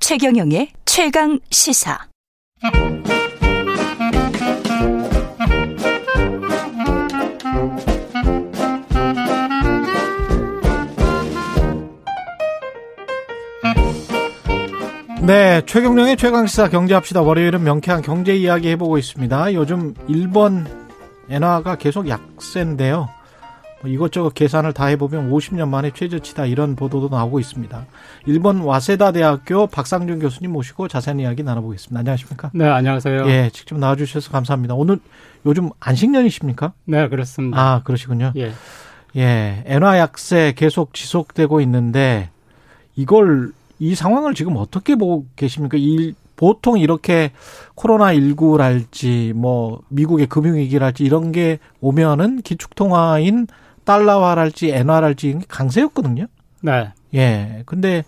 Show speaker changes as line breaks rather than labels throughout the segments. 최경영의 최강 시사.
네, 최경령의 최강시사 경제합시다. 월요일은 명쾌한 경제 이야기 해보고 있습니다. 요즘 일본 엔화가 계속 약세인데요. 뭐 이것저것 계산을 다 해보면 50년 만에 최저치다 이런 보도도 나오고 있습니다. 일본 와세다 대학교 박상준 교수님 모시고 자세한 이야기 나눠보겠습니다. 안녕하십니까?
네, 안녕하세요.
예, 직접 나와주셔서 감사합니다. 오늘 요즘 안식년이십니까?
네, 그렇습니다.
아, 그러시군요.
예.
예, 엔화 약세 계속 지속되고 있는데 이걸 이 상황을 지금 어떻게 보고 계십니까? 이, 보통 이렇게 코로나 19랄지 뭐 미국의 금융위기랄지 이런 게 오면은 기축통화인 달러화랄지 엔화랄지 강세였거든요.
네.
예. 근데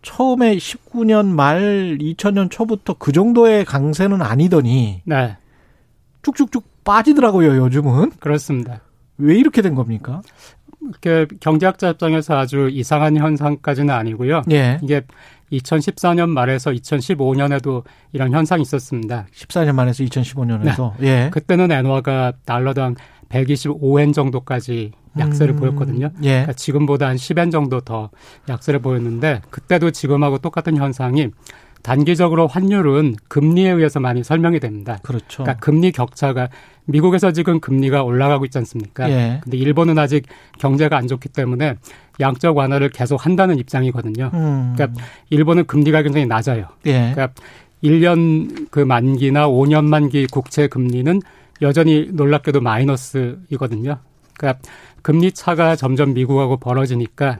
처음에 19년 말 2000년 초부터 그 정도의 강세는 아니더니
네.
쭉쭉쭉 빠지더라고요, 요즘은.
그렇습니다.
왜 이렇게 된 겁니까?
이렇게 경제학자 입장에서 아주 이상한 현상까지는 아니고요.
예.
이게 2014년 말에서 2015년에도 이런 현상이 있었습니다.
14년 만에서 2015년에도 예.
네. 그때는 엔화가 달러당 125엔 정도까지 약세를
음,
보였거든요.
예.
그러니까 지금보다 한 10엔 정도 더 약세를 보였는데 그때도 지금하고 똑같은 현상이 단기적으로 환율은 금리에 의해서 많이 설명이 됩니다.
그렇죠.
그러니까 금리 격차가 미국에서 지금 금리가 올라가고 있지 않습니까?
예.
근데 일본은 아직 경제가 안 좋기 때문에 양적 완화를 계속 한다는 입장이거든요.
음,
그러니까 일본은 금리가 굉장히 낮아요.
예.
그러니까 1년 그 만기나 5년 만기 국채 금리는 여전히 놀랍게도 마이너스이거든요. 그러니까 금리 차가 점점 미국하고 벌어지니까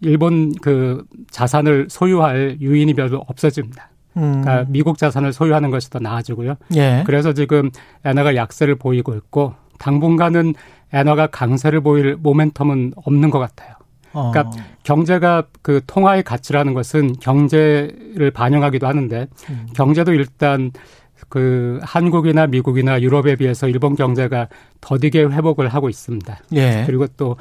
일본 그 자산을 소유할 유인이 별로 없어집니다.
음,
그러니까 미국 자산을 소유하는 것이 더 나아지고요.
예.
그래서 지금 엔화가 약세를 보이고 있고 당분간은 엔화가 강세를 보일 모멘텀은 없는 것 같아요.
어,
그러니까 경제가 그 통화의 가치라는 것은 경제를 반영하기도 하는데
음.
경제도 일단 그 한국이나 미국이나 유럽에 비해서 일본 경제가 더디게 회복을 하고 있습니다.
예.
그리고 또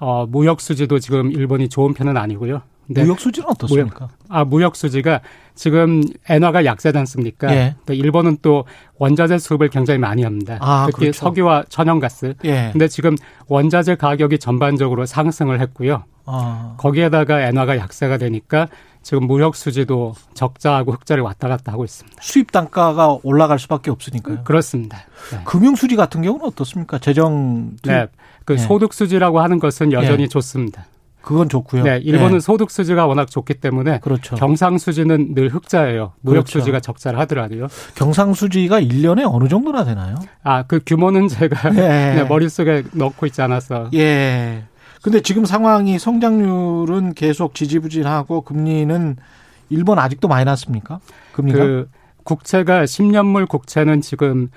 어, 무역 수지도 지금 일본이 좋은 편은 아니고요. 근데
무역 수지는 어떻습니까?
아, 무역 수지가 지금 엔화가 약세지 않습니까?
예.
또 일본은 또 원자재 수입을 굉장히 많이 합니다.
아,
특히
그렇죠.
석유와 천연가스.
예.
근데 지금 원자재 가격이 전반적으로 상승을 했고요.
어,
거기에다가 엔화가 약세가 되니까 지금 무역 수지도 적자하고 흑자를 왔다 갔다 하고 있습니다.
수입 단가가 올라갈 수밖에 없으니까요.
그렇습니다. 네.
금융 수지 같은 경우는 어떻습니까? 재정 투입,
네. 그
예.
소득 수지라고 하는 것은 여전히
예.
좋습니다.
그건 좋고요.
네, 일본은
예.
소득 수지가 워낙 좋기 때문에
그렇죠.
경상 수지는 늘 흑자예요. 무역
그렇죠.
수지가 적자를 하더라도요.
경상 수지가 1년에 어느 정도나 되나요?
아, 그 규모는 제가
예.
그냥 머릿속에 넣고 있지 않아서.
예. 근데 지금 상황이 성장률은 계속 지지부진하고 금리는 일본 아직도 많이 났습니까? 금리가
그 국채가 10년물 국채는 지금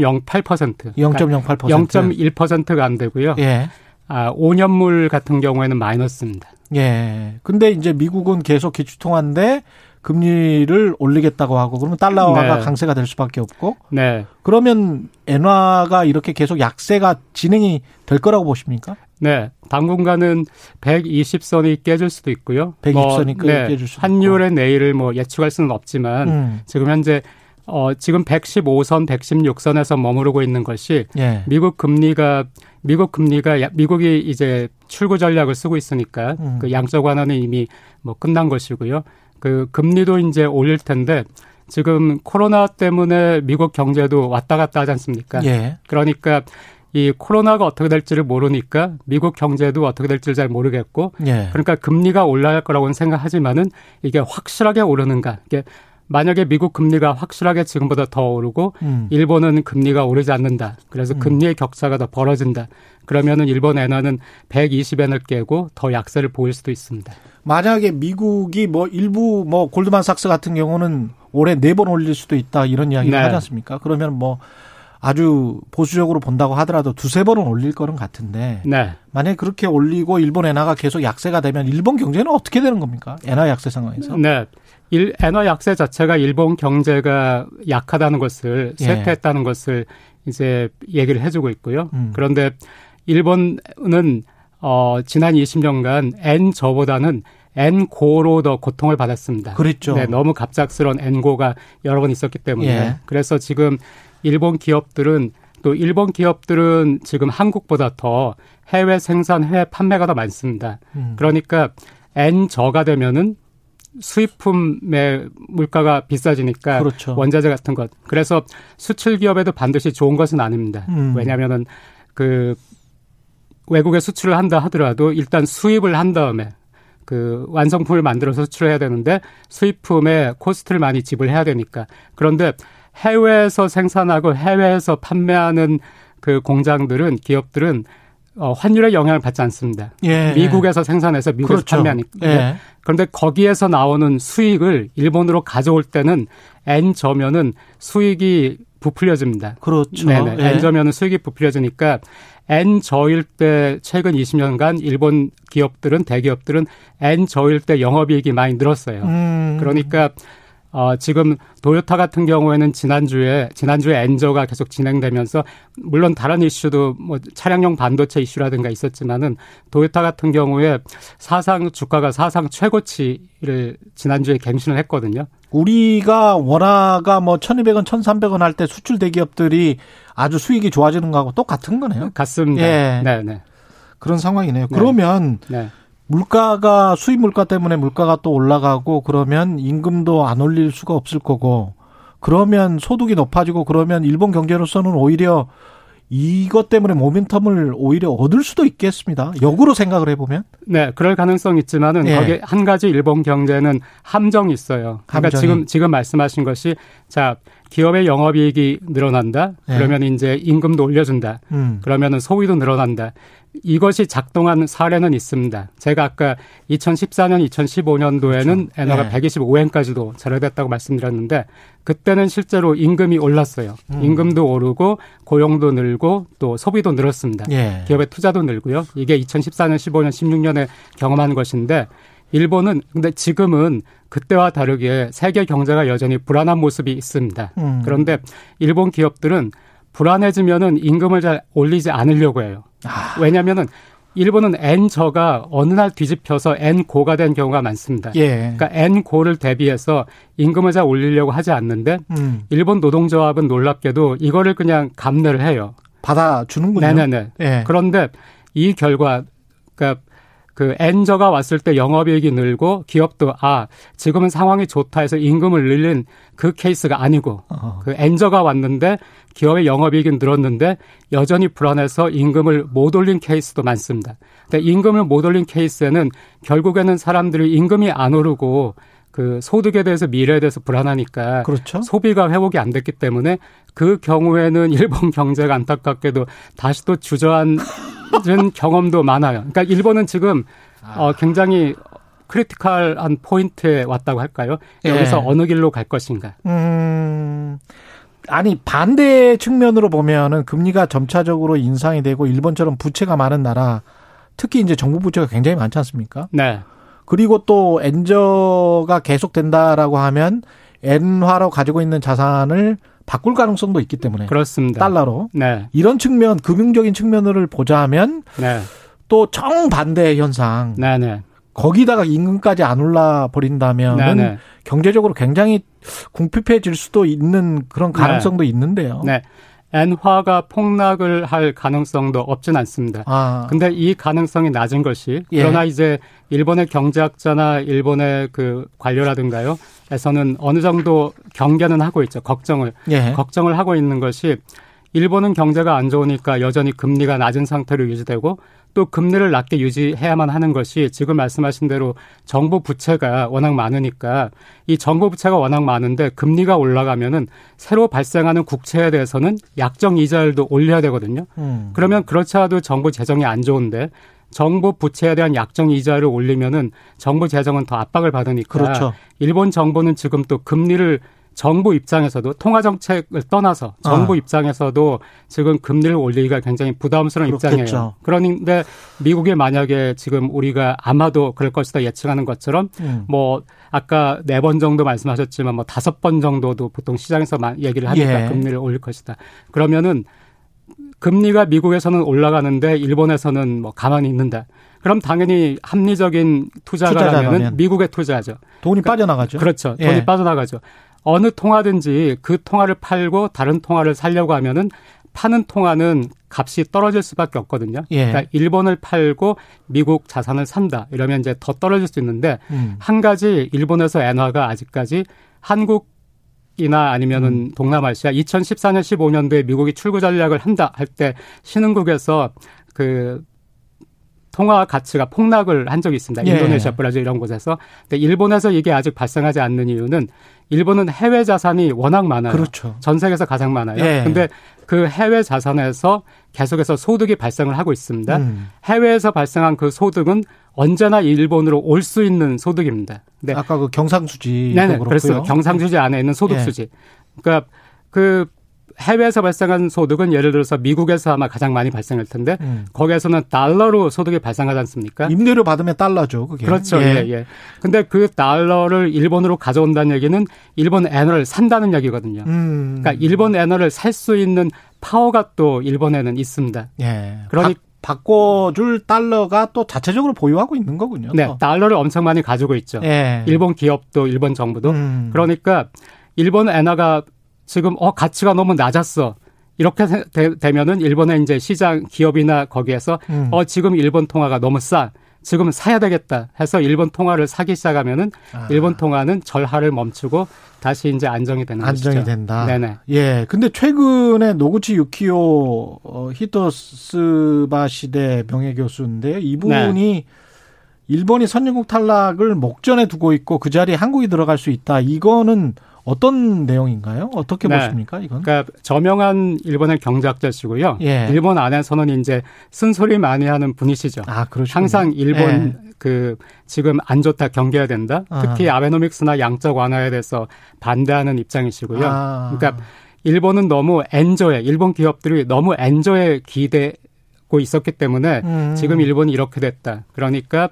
0.08%.
0.08%.
0.1%가 안 되고요.
예.
아, 5년물 같은 경우에는 마이너스입니다.
예. 근데 이제 미국은 계속 기축통화인데 금리를 올리겠다고 하고 그러면 달러화가
네.
강세가 될 수밖에 없고
네.
그러면 엔화가 이렇게 계속 약세가 진행이 될 거라고 보십니까?
네. 당분간은 120선이 깨질 수도 있고요.
120선이
뭐, 네,
깨질 수도
환율의 내일을 뭐 예측할 수는 없지만
음.
지금 현재 어, 지금 115선, 116선에서 머무르고 있는 것이
예.
미국 금리가 미국 금리가 야- 미국이 이제 출구 전략을 쓰고 있으니까
음.
그 양적 완화는 이미 뭐 끝난 것이고요. 그 금리도 이제 올릴 텐데 지금 코로나 때문에 미국 경제도 왔다 갔다 하지 않습니까?
예.
그러니까 이 코로나가 어떻게 될지를 모르니까 미국 경제도 어떻게 될지를 잘 모르겠고
예.
그러니까 금리가 올라갈 거라고는 생각하지만은 이게 확실하게 오르는가? 이게 만약에 미국 금리가 확실하게 지금보다 더 오르고
음.
일본은 금리가 오르지 않는다. 그래서 금리의 격차가 더 벌어진다. 그러면은 일본 엔화는 120엔을 깨고 더 약세를 보일 수도 있습니다.
만약에 미국이 뭐 일부 뭐 골드만삭스 같은 경우는 올해 네 번 올릴 수도 있다 이런 이야기를
네.
하지 않습니까? 그러면 뭐 아주 보수적으로 본다고 하더라도 두세 번은 올릴 거는 같은데
네.
만약에 그렇게 올리고 일본 엔화가 계속 약세가 되면 일본 경제는 어떻게 되는 겁니까? 엔화 약세 상황에서.
네. 일, 엔화 약세 자체가 일본 경제가 약하다는 것을
예.
쇠퇴했다는 것을 이제 얘기를 해주고 있고요.
음.
그런데 일본은 어, 지난 20년간 엔 저보다는 엔고로 더 고통을 받았습니다.
그랬죠.
네, 너무 갑작스런 엔고가 여러 번 있었기 때문에
예.
그래서 지금 일본 기업들은 또 일본 기업들은 지금 한국보다 더 해외 생산, 해외 판매가 더 많습니다.
음.
그러니까 엔 저가 되면은 수입품의 물가가 비싸지니까
그렇죠.
원자재 같은 것. 그래서 수출 기업에도 반드시 좋은 것은 아닙니다.
음.
왜냐하면은 그 외국에 수출을 한다 하더라도 일단 수입을 한 다음에 그 완성품을 만들어서 수출해야 되는데 수입품에 코스트를 많이 지불해야 되니까 그런데 해외에서 생산하고 해외에서 판매하는 그 공장들은 기업들은 어, 환율의 영향을 받지 않습니다.
예.
미국에서 생산해서 미국에서
그렇죠.
판매하니까
예.
그런데 거기에서 나오는 수익을 일본으로 가져올 때는 N 저면은 수익이 부풀려집니다.
그렇죠.
네네.
예.
N 저면은 수익이 부풀려지니까 N 저일 때 최근 20년간 일본 기업들은 대기업들은 N 저일 때 영업이익이 많이 늘었어요.
음.
그러니까 어, 지금 도요타 같은 경우에는 지난주에 지난주에 엔저가 계속 진행되면서 물론 다른 이슈도 뭐 차량용 반도체 이슈라든가 있었지만은 도요타 같은 경우에 사상 주가가 사상 최고치를 지난주에 갱신을 했거든요.
우리가 원화가 뭐 1,200원, 1,300원 할 때 수출 대기업들이 아주 수익이 좋아지는 거하고 똑같은 거네요.
같습니다.
예.
네, 네,
그런 상황이네요. 그러면
네.
물가가 수입 물가 때문에 물가가 또 올라가고 그러면 임금도 안 올릴 수가 없을 거고 그러면 소득이 높아지고 그러면 일본 경제로서는 오히려 이것 때문에 모멘텀을 오히려 얻을 수도 있겠습니다. 역으로 생각을 해보면
네, 그럴 가능성이 있지만은
예.
거기에 한 가지 일본 경제는 함정이 있어요. 그러니까
함정이.
지금 지금 말씀하신 것이 자, 기업의 영업 이익이 늘어난다.
예.
그러면 이제 임금도 올려 준다.
음,
그러면은 소위도 늘어난다. 이것이 작동한 사례는 있습니다. 제가 아까 2014년, 2015년도에는 엔화가
예.
125엔까지도 제로됐다고 말씀드렸는데 그때는 실제로 임금이 올랐어요. 임금도 오르고 고용도 늘고 또 소비도 늘었습니다.
예,
기업의 투자도 늘고요. 이게 2014년, 15년, 16년에 경험한 것인데 일본은 근데 지금은 그때와 다르게 세계 경제가 여전히 불안한 모습이 있습니다.
음.
그런데 일본 기업들은 불안해지면은 임금을 잘 올리지 않으려고 해요.
아.
왜냐면은 일본은 N 저가 어느 날 뒤집혀서 N 고가 된 경우가 많습니다.
예,
그러니까 N 고를 대비해서 임금을 잘 올리려고 하지 않는데
음,
일본 노동조합은 놀랍게도 이거를 그냥 감내를 해요.
받아주는군요.
네네네.
예,
그런데 이 결과, 그러니까 그 엔저가 왔을 때 영업이익이 늘고 기업도 아 지금은 상황이 좋다 해서 임금을 늘린 그 케이스가 아니고
어,
그 엔저가 왔는데 기업의 영업이익이 늘었는데 여전히 불안해서 임금을 못 올린 케이스도 많습니다. 근데 임금을 못 올린 케이스에는 결국에는 사람들이 임금이 안 오르고 그 소득에 대해서 미래에 대해서 불안하니까
그렇죠.
소비가 회복이 안 됐기 때문에 그 경우에는 일본 경제가 안타깝게도 다시 또 주저앉은 경험도 많아요. 그러니까 일본은 지금
아.
어, 굉장히 크리티컬한 포인트에 왔다고 할까요?
예.
여기서 어느 길로 갈 것인가?
음, 아니 반대 측면으로 보면은 금리가 점차적으로 인상이 되고 일본처럼 부채가 많은 나라, 특히 이제 정부 부채가 굉장히 많지 않습니까?
네,
그리고 또 엔저가 계속된다라고 하면 엔화로 가지고 있는 자산을 바꿀 가능성도 있기 때문에
그렇습니다.
달러로
네,
이런 측면 금융적인 측면을 보자면
네,
또 정반대 현상
네, 네,
거기다가 임금까지 안 올라
네,
버린다면
네.
은 경제적으로 굉장히 궁핍해질 수도 있는 그런
네.
가능성도 있는데요.
네. 엔화가 폭락을 할 가능성도 없진 않습니다.
아,
근데 이 가능성이 낮은 것이
예.
그러나 이제 일본의 경제학자나 일본의 그 관료라든가요 에서는 어느 정도 경계는 하고 있죠 걱정을
예.
걱정을 하고 있는 것이 일본은 경제가 안 좋으니까 여전히 금리가 낮은 상태로 유지되고 또 금리를 낮게 유지해야만 하는 것이 지금 말씀하신 대로 정부 부채가 워낙 많으니까 이 정부 부채가 워낙 많은데 금리가 올라가면은 새로 발생하는 국채에 대해서는 약정 이자율도 올려야 되거든요.
음.
그러면 그렇지 않아도 정부 재정이 안 좋은데 정부 부채에 대한 약정 이자를 올리면은 정부 재정은 더 압박을 받으니까
그렇죠.
일본 정부는 지금 또 금리를 정부 입장에서도 통화 정책을 떠나서 정부
아.
입장에서도 지금 금리를 올리기가 굉장히 부담스러운 입장이에요.
그렇겠죠.
그런데 미국이 만약에 지금 우리가 아마도 그럴 것이다 예측하는 것처럼
음.
뭐 아까 네 번 정도 말씀하셨지만 뭐 다섯 번 정도도 보통 시장에서 마- 얘기를 하니까
예.
금리를 올릴 것이다. 그러면은 금리가 미국에서는 올라가는데 일본에서는 뭐 가만히 있는다. 그럼 당연히 합리적인 투자가라면
투자자라면.
미국에 투자하죠.
돈이 빠져나가죠.
그렇죠.
예.
돈이 빠져나가죠. 어느 통화든지 그 통화를 팔고 다른 통화를 살려고 하면은 파는 통화는 값이 떨어질 수밖에 없거든요.
예.
그러니까 일본을 팔고 미국 자산을 산다 이러면 이제 더 떨어질 수 있는데
음.
한 가지 일본에서 엔화가 아직까지 한국이나 아니면은
음.
동남아시아 2014년 15년도에 미국이 출구 전략을 한다 할 때 신흥국에서 그 통화 가치가 폭락을 한 적이 있습니다.
예.
인도네시아, 브라질 이런 곳에서. 근데 일본에서 이게 아직 발생하지 않는 이유는 일본은 해외 자산이 워낙 많아요.
그렇죠.
전 세계에서 가장 많아요.
예.
근데 그 해외 자산에서 계속해서 소득이 발생을 하고 있습니다.
음.
해외에서 발생한 그 소득은 언제나 일본으로 올 수 있는 소득입니다. 네.
아까 그 경상수지
네네.
그렇고요.
그래서 경상수지 안에 있는 소득
예.
수지. 그러니까 그 해외에서 발생한 소득은 예를 들어서 미국에서 아마 가장 많이 발생할 텐데
음.
거기에서는 달러로 소득이 발생하지 않습니까?
임대료 받으면 달러죠. 그게.
그러니까 그렇죠. 예, 예. 근데 그 달러를 일본으로 가져온다는 얘기는 일본 엔화를 산다는 얘기거든요.
음.
그러니까 일본 엔화를 살 수 있는 파워가 또 일본에는 있습니다.
예.
그러니-
바, 바꿔줄 달러가 또 자체적으로 보유하고 있는 거군요.
네,
또.
달러를 엄청 많이 가지고 있죠.
어. 예.
일본 기업도 일본 정부도
음.
그러니까 일본 엔화가 지금 어 가치가 너무 낮았어. 이렇게 세- 되, 되면은 일본의 이제 시장 기업이나 거기에서
음.
어 지금 일본 통화가 너무 싸. 지금 사야 되겠다 해서 일본 통화를 사기 시작하면은
아.
일본 통화는 절하를 멈추고 다시 이제 안정이 되는
안정이
것이죠.
된다.
네네.
예. 근데 최근에 노구치 유키오 어, 히토스바 시대 명예 교수인데 이분이
네.
일본이 선진국 탈락을 목전에 두고 있고 그 자리에 한국이 들어갈 수 있다. 이거는 어떤 내용인가요? 어떻게
네.
보십니까? 이건?
그러니까 저명한 일본의 경제학자시고요.
예.
일본 안에서는 이제 쓴소리 많이 하는 분이시죠.
아, 그렇죠.
항상 일본 그 지금 안 좋다 경계해야 된다.
아.
특히 아베노믹스나 양적 완화에 대해서 반대하는 입장이시고요.
아.
그러니까 일본은 너무 엔저에 일본 기업들이 너무 엔저에 기대고 있었기 때문에
음.
지금 일본이 이렇게 됐다. 그러니까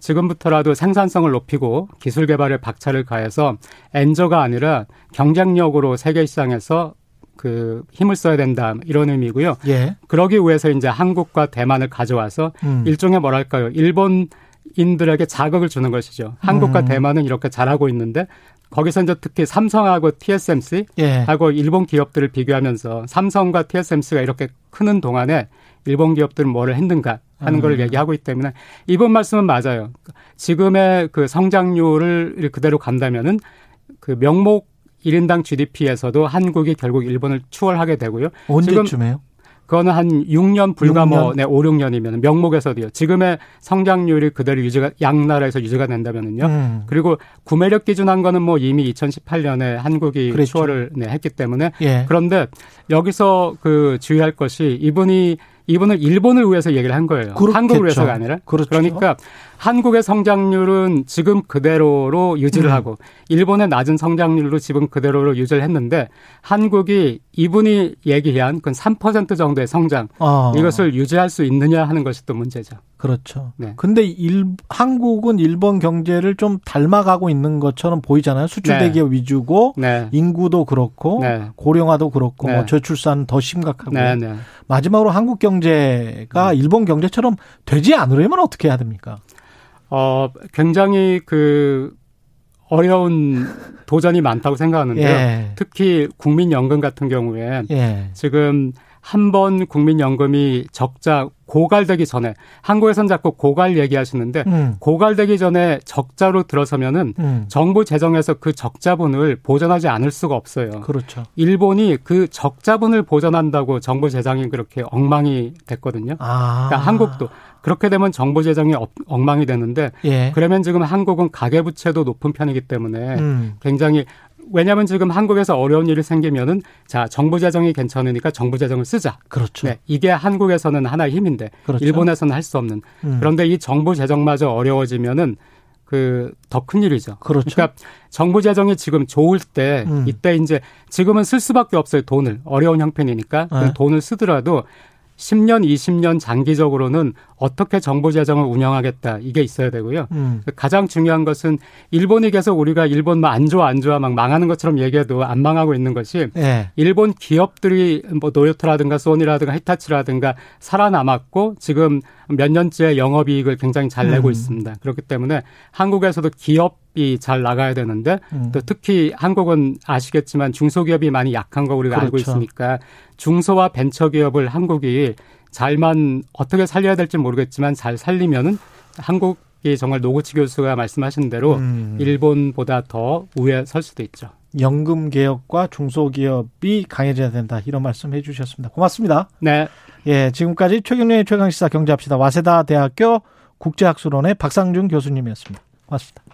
지금부터라도 생산성을 높이고 기술 개발에 박차를 가해서 엔저가 아니라 경쟁력으로 세계 시장에서 그 힘을 써야 된다 이런 의미고요.
예.
그러기 위해서 이제 한국과 대만을 가져와서
음.
일종의 뭐랄까요 일본인들에게 자극을 주는 것이죠. 한국과
음.
대만은 이렇게 잘하고 있는데 거기서 이제 특히 삼성하고 TSMC
예.
하고 일본 기업들을 비교하면서 삼성과 TSMC가 이렇게 크는 동안에 일본 기업들은 뭐를 했는가 하는
음.
걸 얘기하고 있기 때문에 이번 말씀은 맞아요. 지금의 그 성장률을 그대로 간다면은 그 명목 1인당 GDP에서도 한국이 결국 일본을 추월하게 되고요.
언제쯤에요?
그거는 한 6년 불과
육 년?
뭐 네, 5, 6년이면 명목에서도요. 지금의 성장률이 그대로 유지가 양나라에서 유지가 된다면은요.
음.
그리고 구매력 기준한 거는 뭐 이미 2018년에 한국이
그랬죠.
추월을 네, 했기 때문에
예.
그런데 여기서 그 주의할 것이 이분이 이분은 일본을 위해서 얘기를 한 거예요.
그렇겠죠.
한국을 위해서가 아니라.
그렇죠.
러니까 한국의 성장률은 지금 그대로로 유지를
음.
하고 일본의 낮은 성장률도 지금 그대로로 유지를 했는데 한국이 이분이 얘기한 그 3% 정도의 성장
어.
이것을 유지할 수 있느냐 하는 것이 또 문제죠.
그렇죠.
네.
근데 일, 한국은 일본 경제를 좀 닮아가고 있는 것처럼 보이잖아요. 수출
네.
대기업 위주고
네.
인구도 그렇고
네.
고령화도 그렇고
네.
뭐 저출산 더 심각하고
네, 네.
마지막으로 한국 경제가 일본 경제처럼 되지 않으려면 어떻게 해야 됩니까?
어, 굉장히 그 어려운 도전이 많다고 생각하는데요.
예.
특히 국민연금 같은 경우에
예.
네. 지금 한 번 국민연금이 적자 고갈되기 전에 한국에선 자꾸 고갈 얘기하시는데
음.
고갈되기 전에 적자로 들어서면은
음.
정부 재정에서 그 적자분을 보전하지 않을 수가 없어요.
그렇죠.
일본이 그 적자분을 보전한다고 정부 재정이 그렇게 엉망이 됐거든요.
아.
그러니까 한국도 그렇게 되면 정부 재정이 업- 엉망이 되는데
예.
그러면 지금 한국은 가계 부채도 높은 편이기 때문에
음.
굉장히 왜냐하면 지금 한국에서 어려운 일이 생기면은 자 정부 재정이 괜찮으니까 정부 재정을 쓰자.
그렇죠.
네, 이게 한국에서는 하나의 힘인데
그렇죠.
일본에서는 할 수 없는.
음.
그런데 이 정부 재정마저 어려워지면은 그 더 큰 일이죠.
그렇죠.
러니까 정부 재정이 지금 좋을 때
음.
이때 이제 지금은 쓸 수밖에 없어요 돈을 어려운 형편이니까
네.
돈을 쓰더라도 10년, 20년 장기적으로는 어떻게 정부 재정을 운영하겠다 이게 있어야 되고요.
음.
가장 중요한 것은 일본이 계속 우리가 일본 뭐 안 좋아 안 좋아 막 망하는 것처럼 얘기해도 안 망하고 있는 것이
예.
일본 기업들이 뭐 노요토라든가 소니라든가 히타치라든가 살아남았고 지금 몇 년째 영업이익을 굉장히 잘 내고
음.
있습니다. 그렇기 때문에 한국에서도 기업이 잘 나가야 되는데
음.
또 특히 한국은 아시겠지만 중소기업이 많이 약한 거 우리가 알고
그렇죠.
있으니까 중소와 벤처기업을 한국이 잘만 어떻게 살려야 될지 모르겠지만 잘 살리면은 한국이 정말 노구치 교수가 말씀하신 대로
음.
일본보다 더 우에 설 수도 있죠.
연금 개혁과 중소기업이 강해져야 된다. 이런 말씀 해주셨습니다. 고맙습니다.
네,
예, 지금까지 최경련의 최강시사 경제합시다. 와세다 대학교 국제학술원의 박상준 교수님이었습니다. 고맙습니다.